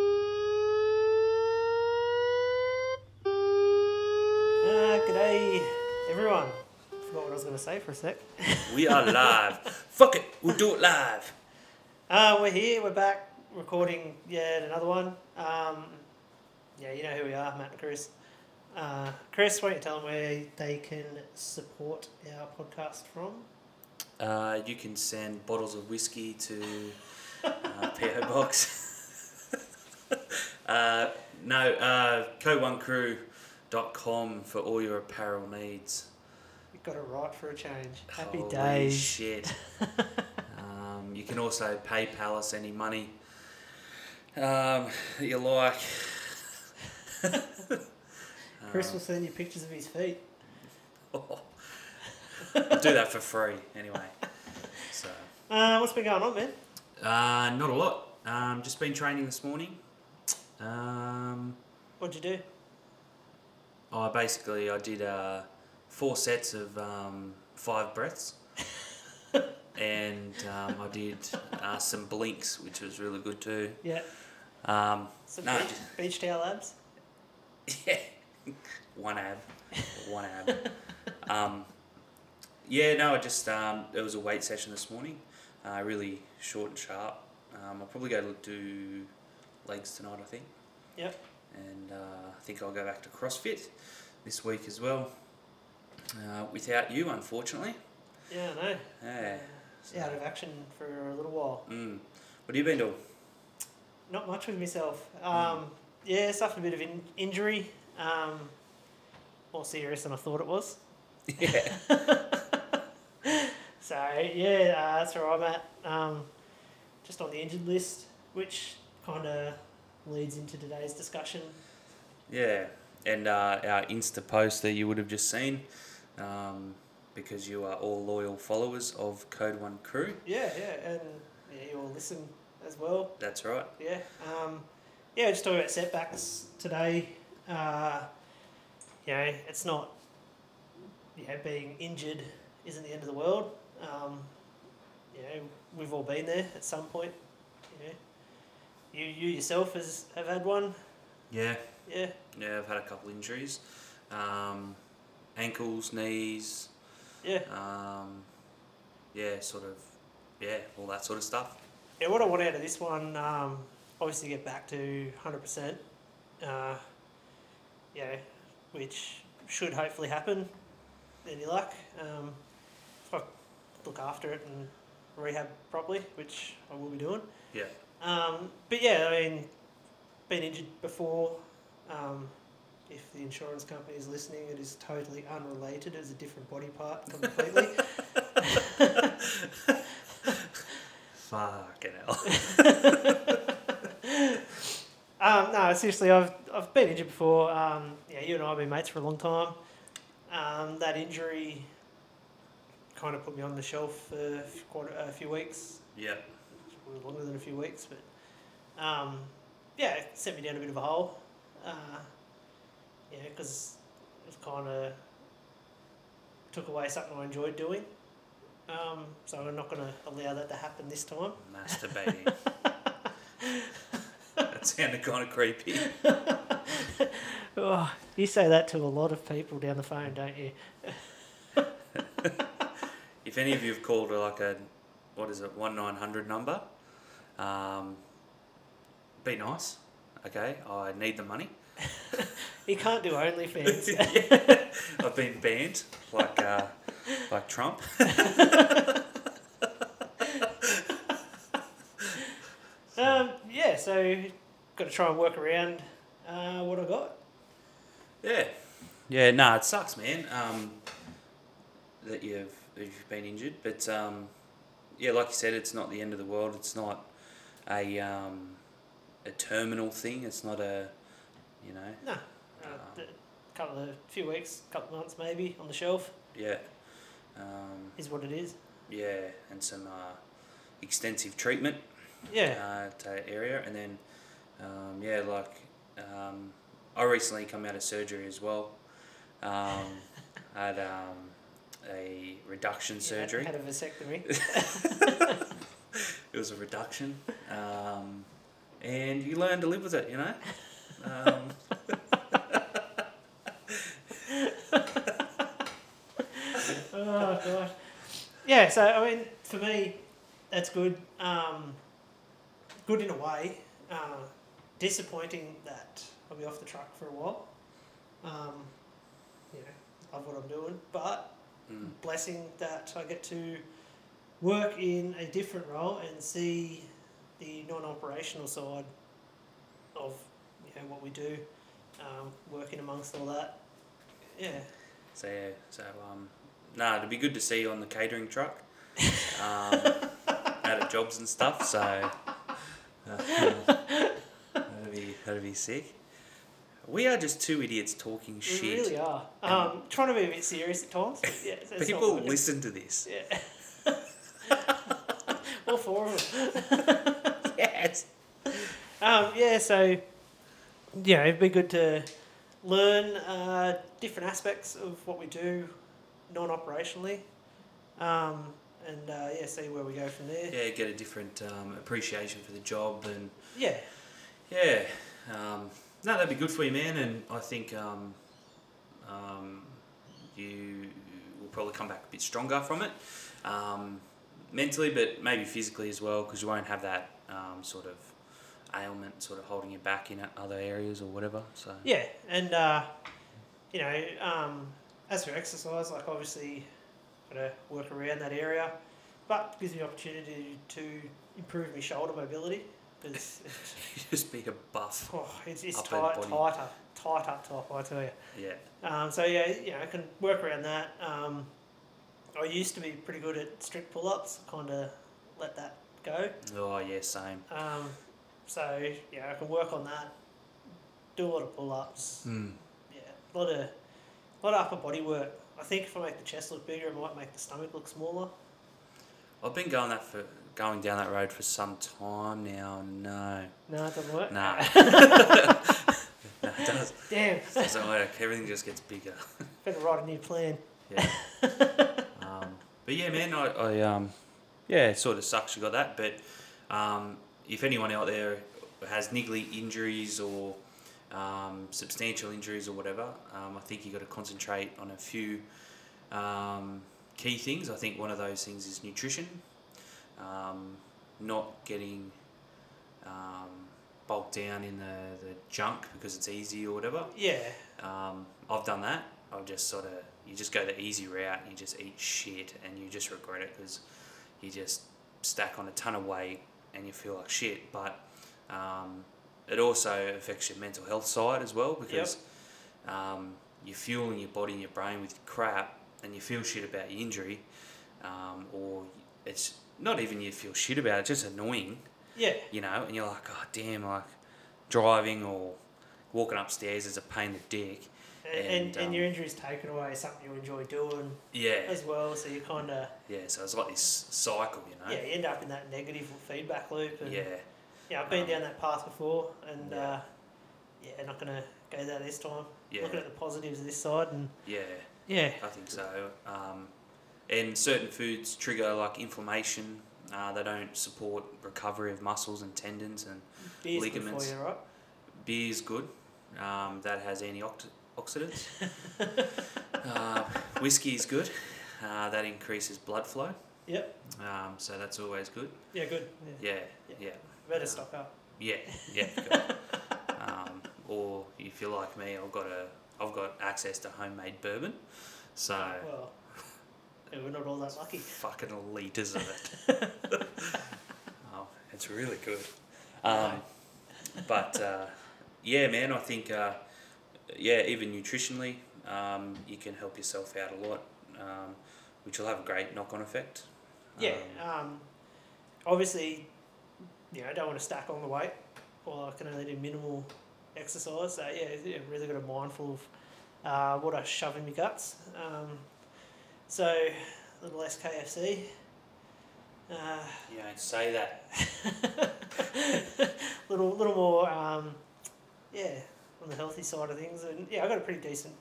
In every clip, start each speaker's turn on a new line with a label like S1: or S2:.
S1: Ah, the cipher sick.
S2: We are live. Fuck it, we'll do it live.
S1: Uh, we're here, we're back, recording yet another one. Um, yeah, you know who we are, Matt and Chris. Uh, Chris, why don't you tell them where they can support our podcast from?
S2: Uh, you can send bottles of whiskey to uh, PO Box. uh, no, uh, co1crew.com for all your apparel needs.
S1: You got it right for a change. Happy
S2: Holy
S1: days.
S2: shit. um, you can also PayPal us any money um, that you like.
S1: Chris will send you pictures of his feet.
S2: I'll do that for free anyway. So.
S1: Uh, what's been going on, man?
S2: Uh, not a lot. Um, just been training this morning. Um,
S1: What'd you do?
S2: I basically I did uh, four sets of um, five breaths, and um, I did uh, some blinks, which was really good too.
S1: Yeah,
S2: Um,
S1: some
S2: No,
S1: beach,
S2: just-
S1: beach towel abs.
S2: yeah, one ab, one ab. um, yeah, no, I just um, it was a weight session this morning. Uh, really short and sharp. Um, I'll probably go do legs tonight. I think.
S1: Yep.
S2: and uh, I think I'll go back to CrossFit this week as well. Uh, without you, unfortunately.
S1: Yeah, I know.
S2: Yeah.
S1: Yeah, out of action for a little while.
S2: Mm. What have you been doing?
S1: Not much with myself. Um, Yeah, suffered a bit of in- injury. Um, more serious than I thought it was.
S2: yeah.
S1: So, yeah, uh, that's where I'm at. Um, just on the injured list, which kind of leads into today's discussion.
S2: Yeah. And uh, our Insta post that you would have just seen, um, because you are all loyal followers of Code One Crew.
S1: Yeah, yeah, and yeah, you all listen as well.
S2: That's right.
S1: Yeah. Um, yeah, just talking about setbacks today. Uh, you know, it's not, you know, being injured isn't the end of the world. Um, you know, we've all been there at some point. You know, you, you yourself has, have had one.
S2: Yeah.
S1: Yeah.
S2: Yeah. I've had a couple injuries, um, ankles, knees.
S1: Yeah.
S2: Um, yeah, sort of. Yeah, all that sort of stuff.
S1: Yeah, what I want out of this one, um, obviously get back to 100%, uh, you know, which should hopefully happen, any luck, um, if I look after it and rehab properly, which I will be doing.
S2: Yeah.
S1: Um, but yeah, I mean, been injured before. Um, if the insurance company is listening, it is totally unrelated. It's a different body part completely.
S2: Fucking hell.
S1: Um, no, seriously, I've, I've been injured before. Um, yeah, you and I have been mates for a long time. Um, that injury kind of put me on the shelf for a few- quite a, a few weeks,
S2: yeah.
S1: Well, longer than a few weeks, but um, yeah, it sent me down a bit of a hole. Uh, yeah, because it kind of took away something I enjoyed doing. Um, so I'm not going to allow that to happen this time.
S2: Masturbating. that sounded kind of creepy.
S1: Oh, you say that to a lot of people down the phone, don't you?
S2: If any of you have called like a, what is it, 1 900 number, um, be nice. Okay, I need the money.
S1: You can't do OnlyFans.
S2: Yeah. I've been banned, like uh, like Trump.
S1: um, yeah, so got to try and work around uh, what I got.
S2: Yeah. Yeah, nah, it sucks, man. Um, that you've that you've been injured, but um, yeah, like you said, it's not the end of the world. It's not a um, a terminal thing. It's not a you know
S1: No, uh, a couple of few weeks, couple of months maybe on the shelf
S2: yeah um,
S1: is what it is.
S2: yeah and some uh, extensive treatment
S1: Yeah,
S2: uh, to that area, and then um, yeah, like um, I recently come out of surgery as well. Um, I had um, a reduction surgery.
S1: Had a vasectomy.
S2: it was a reduction, um, and you learn to live with it. You know. Um,
S1: oh oh gosh. Yeah, so I mean, for me, that's good. Um, good in a way. Uh, disappointing that I'll be off the truck for a while. Um, you know, love what I'm doing, but
S2: Mm.
S1: blessing that I get to work in a different role and see the non-operational side of you know what we do, um, working amongst all that. Yeah.
S2: So yeah, so um, nah, it'd be good to see you on the catering truck, um, out at jobs and stuff. So uh, that'd be that'd be sick. We are just two idiots talking
S1: We
S2: shit.
S1: really are. Um, trying to be a bit serious at times. but Yeah, it's- it's not
S2: People
S1: working.
S2: listen to this.
S1: Yeah. All four of them.
S2: Yes.
S1: Um, yeah, so, you know, it'd be good to learn uh, different aspects of what we do non operationally. Um, and, uh, yeah, see where we go from there.
S2: Yeah, get a different um, appreciation for the job and
S1: Yeah.
S2: Yeah. Um, no, that'd be good for you, man. And I think um, um, you will probably come back a bit stronger from it, um, mentally, but maybe physically as well, because you won't have that um, sort of ailment sort of holding you back in other areas or whatever. So
S1: Yeah, and uh, you know, um, as for exercise, like obviously, gotta work around that area, but gives me opportunity to improve my shoulder mobility because it's,
S2: just be a buff.
S1: oh, it's, it's
S2: Upper
S1: tight,
S2: body.
S1: tighter, tight up top. I tell you.
S2: Yeah.
S1: Um, so yeah, you know, I can work around that. Um, I used to be pretty good at strict pull-ups. Kind of let that go.
S2: Oh yeah, same.
S1: Um, so yeah, I can work on that. Do a lot of pull-ups.
S2: Mm.
S1: Yeah, a lot of, lot of upper body work. I think if I make the chest look bigger, it might make the stomach look smaller.
S2: I've been going that for going down that road for some time now. No,
S1: No, it doesn't work.
S2: no, no, it does,
S1: Damn,
S2: doesn't work. Everything just gets bigger.
S1: better write a new plan.
S2: Yeah. um, but yeah, man, I, I um, yeah, it sort of sucks you got that. But um, if anyone out there has niggly injuries or um, substantial injuries or whatever, um, I think you got to concentrate on a few um, key things. I think one of those things is nutrition, um, not getting um, bulked down in the, the junk because it's easy or whatever.
S1: Yeah,
S2: Um, I've done that. I've just sort of you just go the easy route. You just eat shit and you just regret it because you just stack on a ton of weight and you feel like shit. But um, it also affects your mental health side as well because um, you're fueling your body and your brain with crap and you feel shit about your injury um, or it's not even you feel shit about it, just annoying
S1: yeah,
S2: you know, and you're like, oh damn, like driving or walking upstairs is a pain in the dick.
S1: and and,
S2: And, um,
S1: and your injury's taken away, something you enjoy doing
S2: Yeah,
S1: as well. So you kind of
S2: yeah. So it's like this cycle, you know.
S1: yeah, you end up in that negative feedback loop. And,
S2: Yeah,
S1: yeah, I've been
S2: Um,
S1: down that path before, and
S2: Yeah.
S1: uh, yeah, not gonna go there this time.
S2: yeah,
S1: Looking at the positives of this side, and
S2: yeah.
S1: yeah,
S2: I think so. Um, and certain foods trigger like inflammation. Uh, they don't support recovery of muscles and tendons, and
S1: beer's good for
S2: Ligaments.
S1: you, right?
S2: beer's good. Um, that has antioxidants. uh, whiskey is good. Uh, that increases blood flow.
S1: Yep.
S2: Um, so that's always good.
S1: Yeah, good. Yeah.
S2: Yeah,
S1: Yeah.
S2: yeah.
S1: Better stock up.
S2: Yeah, yeah. got it. um, or if you're like me, I've got a, I've got access to homemade bourbon, so
S1: Well, yeah, we're not all that lucky.
S2: fucking liters of it. oh, it's really good. Um, but uh, yeah, man, I think uh, yeah, even nutritionally, um, you can help yourself out a lot, um, which will have a great knock-on effect.
S1: Yeah.
S2: Um,
S1: Um, obviously, you know, I don't want to stack on the weight, or I can only do minimal exercise. So yeah, yeah really got to be mindful of uh, what I shove in my guts. Um, so a little less KFC. Uh,
S2: you don't say that.
S1: little little more um, yeah on the healthy side of things and yeah I got a pretty decent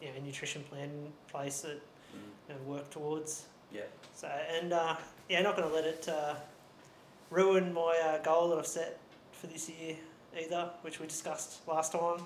S1: you know, nutrition plan in place that
S2: Mm,
S1: you know, work towards
S2: yeah.
S1: so and uh, yeah not going to let it uh, ruin my uh, goal that I've set for this year either which we discussed last time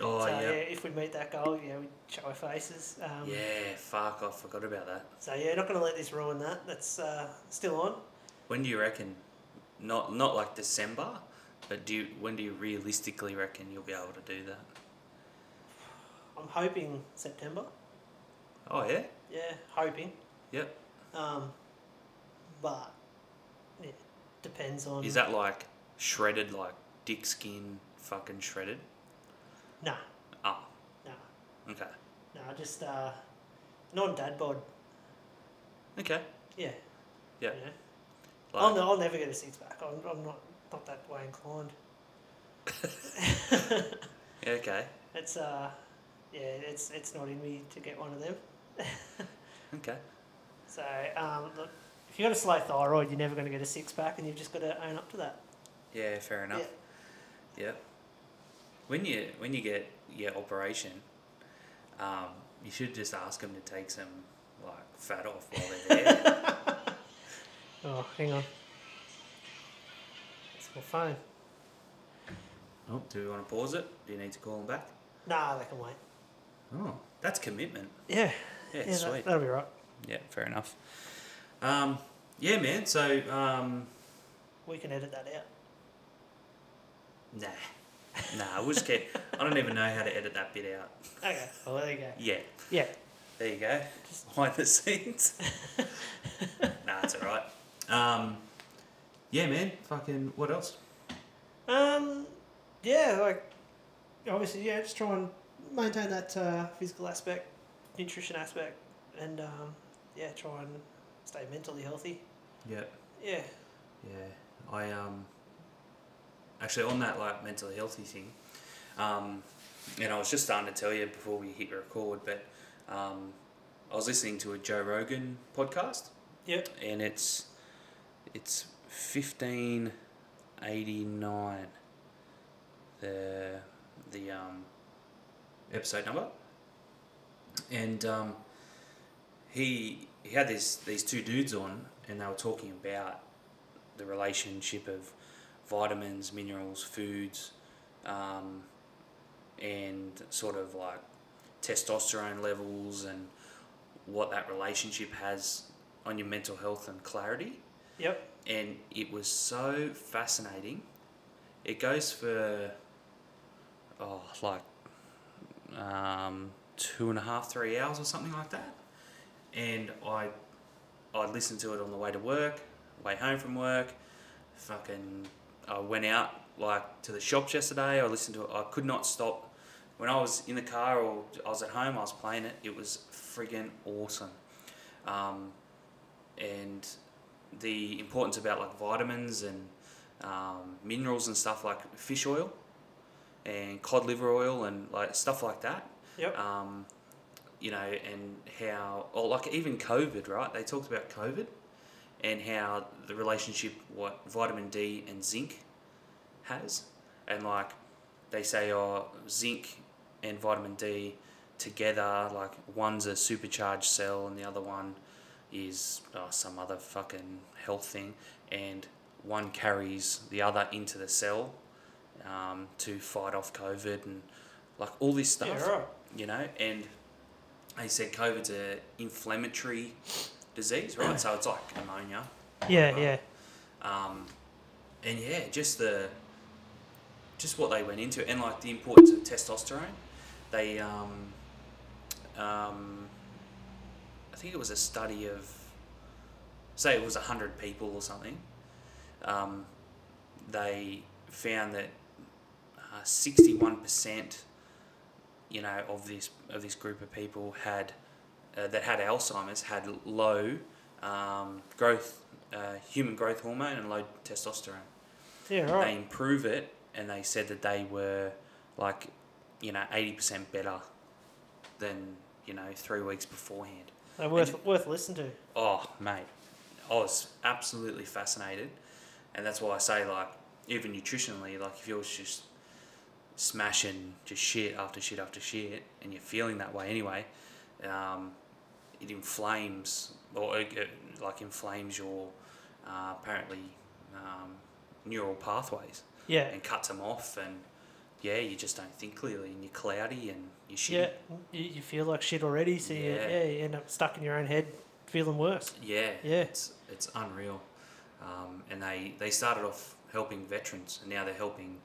S2: Oh,
S1: so,
S2: yeah.
S1: if we meet that goal, you know, we show our faces. Um,
S2: yeah, fuck, I forgot about that.
S1: So, yeah, not going to let this ruin that. That's uh, still on.
S2: When do you reckon? Not not like December, but do you, when do you realistically reckon you'll be able to do that?
S1: I'm hoping September.
S2: Oh yeah,
S1: Yeah, hoping.
S2: yep.
S1: Um, but it depends on.
S2: Is that like shredded, like dick skin, fucking shredded?
S1: No,
S2: Ah,
S1: no,
S2: okay,
S1: no. Just uh, non dad bod.
S2: okay.
S1: Yeah.
S2: Yeah,
S1: you know.
S2: Like,
S1: I'll, I'll never get a six pack. I'm, I'm not not that way inclined.
S2: yeah, okay,
S1: It's uh, yeah, it's it's not in me to get one of them.
S2: okay.
S1: So um, look, if you've got a slow thyroid, you're never going to get a six pack, and you've just got to own up to that.
S2: Yeah, fair enough. Yeah. When you when you get your operation, um, you should just ask them to take some like fat off while they're there.
S1: Oh, hang on. It's my phone.
S2: oh, do we want to pause it? Do you need to call them back?
S1: Nah, they can wait.
S2: Oh, that's commitment.
S1: Yeah,
S2: Yeah,
S1: yeah,
S2: sweet.
S1: That, will be right.
S2: Yeah, fair enough. Um, yeah, man. So, um,
S1: We can edit that out.
S2: nah, nah. We'll just get. I don't even know how to edit that bit out.
S1: Okay. Well, there you go.
S2: Yeah,
S1: Yeah.
S2: there you go.
S1: Just-
S2: Behind the scenes. nah, it's all right. Um, yeah, man. Fucking what else?
S1: Um. Yeah. Like, obviously, yeah. Just try and maintain that uh, physical aspect, nutrition aspect, and um, yeah, try and stay mentally healthy.
S2: Yeah,
S1: Yeah.
S2: yeah. I um. Actually, on that like mentally healthy thing, um, and I was just starting to tell you before we hit record, but um, I was listening to a Joe Rogan podcast.
S1: Yep.
S2: and it's it's fifteen eighty nine. The the um episode number, and um, he he had this these two dudes on, and they were talking about the relationship of vitamins, minerals, foods, um, and sort of like testosterone levels and what that relationship has on your mental health and clarity.
S1: Yep.
S2: And it was so fascinating. It goes for, oh, like um, two and a half, three hours or something like that. And I, I listened to it on the way to work, way home from work. Fucking, I went out like to the shops yesterday. I listened to it. I could not stop. When I was in the car or I was at home, I was playing it. It was friggin' awesome. Um, and the importance about like vitamins and um, minerals and stuff like fish oil and cod liver oil and like stuff like that.
S1: Yep.
S2: Um, you know, and how, or like even COVID, right? They talked about COVID and how the relationship what vitamin D and zinc has, and like they say, oh, zinc and vitamin D together, like one's a supercharged cell and the other one is oh, some other fucking health thing, and one carries the other into the cell um, to fight off COVID and like all this stuff
S1: Yeah. Right.
S2: you know, and they said COVID's a inflammatory disease, right? so it's like ammonia,
S1: Yeah.
S2: Right.
S1: Yeah.
S2: um, and yeah, just the just what they went into, and like the importance of testosterone. They, um, um, I think it was a study of, say, it was hundred people or something. Um, they found that uh, sixty-one percent, you know, of this of this group of people had uh, that had Alzheimer's had low um, growth, uh, human growth hormone, and low testosterone.
S1: Yeah. Right.
S2: They improve it, and they said that they were like, you know, eighty percent better than you know three weeks beforehand.
S1: They're worth worth listening to.
S2: Oh, mate, I was absolutely fascinated, and that's why I say like even nutritionally, like if you're just smashing just shit after shit after shit, and you're feeling that way anyway, um, it inflames or it, it, like inflames your uh, apparently um, neural pathways
S1: Yeah.
S2: and cuts them off, and yeah, you just don't think clearly and you're cloudy and you're shitty.
S1: Yeah, you, you feel like shit already, so You,
S2: Yeah.
S1: yeah, you end up stuck in your own head, feeling worse.
S2: Yeah,
S1: Yeah.
S2: it's it's unreal. Um, and they they started off helping veterans, and now they're helping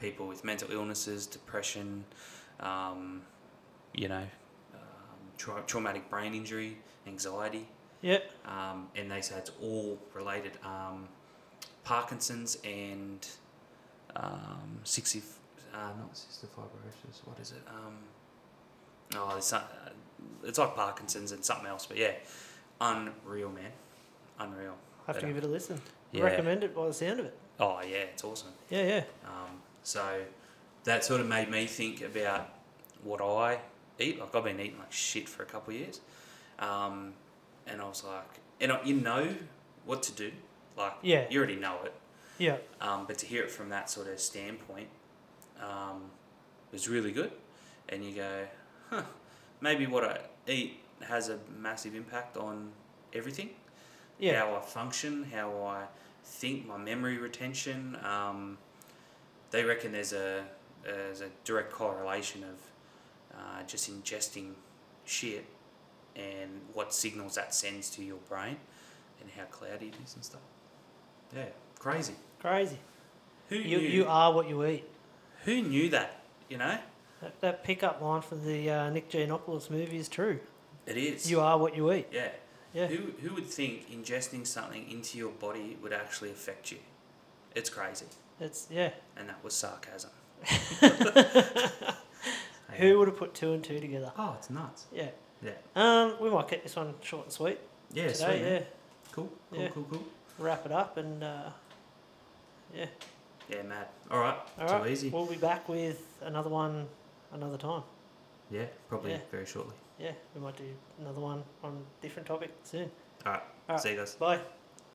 S2: people with mental illnesses, depression, um, you know, um, tra- traumatic brain injury, anxiety,
S1: Yeah,
S2: um, and they say it's all related. Um, Parkinson's and um, sixty, f- uh, not cystic fibrosis. What is it? Um, oh, there's some, uh, it's like Parkinson's and something else, but yeah, unreal, man, unreal.
S1: I have
S2: Better.
S1: to give it a listen.
S2: Yeah.
S1: Recommend it by the sound of it.
S2: Oh yeah, it's awesome.
S1: Yeah, yeah,
S2: Um, so that sort of made me think about what I eat. Like I've been eating like shit for a couple of years, um, and I was like, and I, you know what to do. Like
S1: Yeah.
S2: you already know it,
S1: yeah,
S2: um, but to hear it from that sort of standpoint um, was really good. And you go, huh, maybe what I eat has a massive impact on everything
S1: yeah,
S2: how I function, how I think, my memory retention. Um, they reckon there's a there's a direct correlation of uh, just ingesting shit and what signals that sends to your brain and how cloudy it is and stuff. Yeah, crazy.
S1: crazy.
S2: Who
S1: You,
S2: knew?
S1: you are what you eat.
S2: who knew that? You know,
S1: That, that pickup line from the uh, Nick Giannopoulos movie is true.
S2: it is.
S1: You are what you eat.
S2: Yeah.
S1: Yeah.
S2: Who who would think ingesting something into your body would actually affect you? It's crazy.
S1: It's yeah.
S2: And that was sarcasm.
S1: Who would have put two and two together?
S2: Oh, it's nuts.
S1: Yeah.
S2: Yeah.
S1: Um, we might keep this one short and sweet
S2: Yeah,
S1: today.
S2: sweet. man.
S1: yeah.
S2: Cool, cool,
S1: Yeah.
S2: cool, cool.
S1: Wrap it up and uh, yeah.
S2: Yeah, mad. All right.
S1: All
S2: Too
S1: right.
S2: easy.
S1: We'll be back with another one another time.
S2: yeah, probably
S1: Yeah.
S2: very shortly.
S1: Yeah, we might do another one on a different topic soon.
S2: All right.
S1: All right.
S2: See you guys.
S1: Bye.